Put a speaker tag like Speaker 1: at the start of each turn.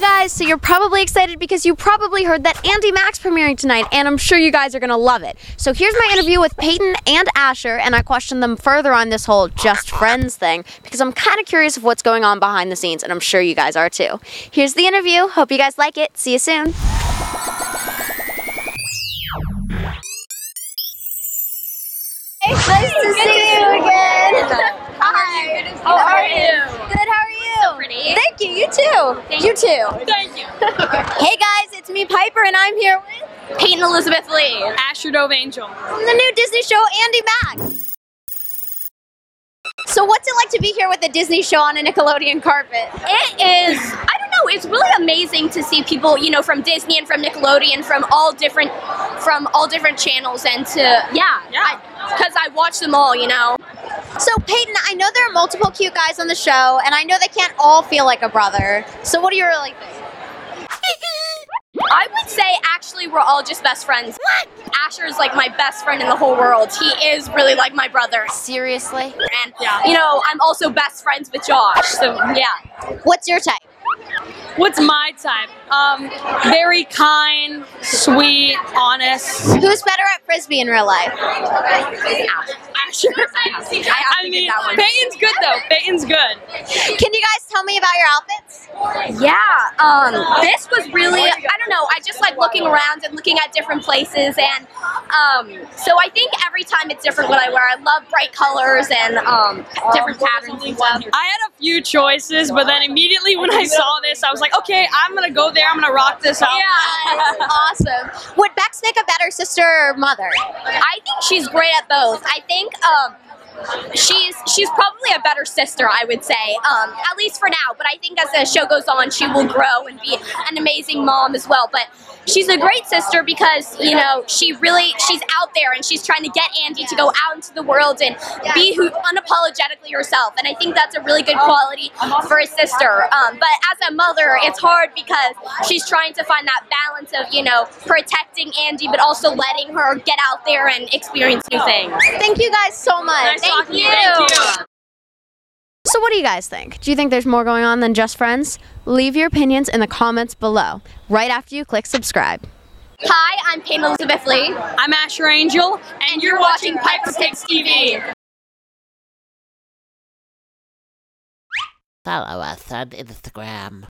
Speaker 1: guys, so you're probably excited because you probably heard that Andy Max premiering tonight, and I'm sure you guys are going to love it. So here's my interview with Peyton and Asher, and I questioned them further on this whole just friends thing because I'm kind of curious of what's going on behind the scenes, and I'm sure you guys are too. Here's the interview. Hope you guys like it. See you soon. Nice to see you again. Hi. How are you? Good. How are you?
Speaker 2: pretty.
Speaker 1: Thank you. You too. you too.
Speaker 2: Thank you.
Speaker 1: Hey guys, it's me, Piper, and I'm here with
Speaker 2: Peyton Elizabeth Lee. Asher Dove Angel.
Speaker 1: from the new Disney show Andy Mack. So, what's it like to be here with a Disney show on a Nickelodeon carpet?
Speaker 2: It is, I don't know, it's really amazing to see people, you know, from Disney and from Nickelodeon, from all different, from all different channels and to, yeah. Yeah. Because I, watch them all, you know.
Speaker 1: So, Peyton, I know there are multiple cute guys on the show, and I know they can't all feel like a brother. So, what do you really think?
Speaker 2: I would say actually we're all just best friends. Asher is like my best friend in the whole world. He is really like my brother.
Speaker 1: Seriously?
Speaker 2: And, you know, I'm also best friends with Josh. So, yeah.
Speaker 1: What's your type?
Speaker 3: What's my type? Um, very kind, sweet, honest.
Speaker 1: Who's better at frisbee in real life?
Speaker 2: Asher. I have to
Speaker 3: I
Speaker 2: get
Speaker 3: mean,
Speaker 2: that one.
Speaker 3: Peyton's good though. Peyton's good.
Speaker 1: Can you guys tell me about your outfits?
Speaker 2: Yeah, um, this was really, I don't know, I just like looking around and looking at different places. And um, so I think every time it's different what I wear. I love bright colors and um, different patterns and stuff.
Speaker 3: I had a few choices, but then immediately when I saw this, I was like, okay, I'm gonna go there. I'm gonna rock this out.
Speaker 2: Yeah, awesome.
Speaker 1: Would Bex make a better sister or mother?
Speaker 2: I think she's great at both. I think um, she's she's probably a better sister, I would say, um, at least for now. But I think as the show goes on, she will grow and be an amazing mom as well. But she's a great sister because you know she really she's out there and she's trying to get Andy to go out into the world and be who unapologetically herself. And I think that's a really good quality for a sister. Um, but as a mother, it's hard because she's trying to find that balance of you know protecting Andy, but also letting her get out there and experience new things.
Speaker 1: Thank you guys so much.
Speaker 3: Nice
Speaker 1: Thank
Speaker 3: talking to you. Thank you.
Speaker 1: So, what do you guys think? Do you think there's more going on than just friends? Leave your opinions in the comments below, right after you click subscribe.
Speaker 2: Hi, I'm Payne Elizabeth Lee.
Speaker 3: I'm Asher Angel, and, you're, watching Piper Sticks TV.
Speaker 4: Follow us on Instagram.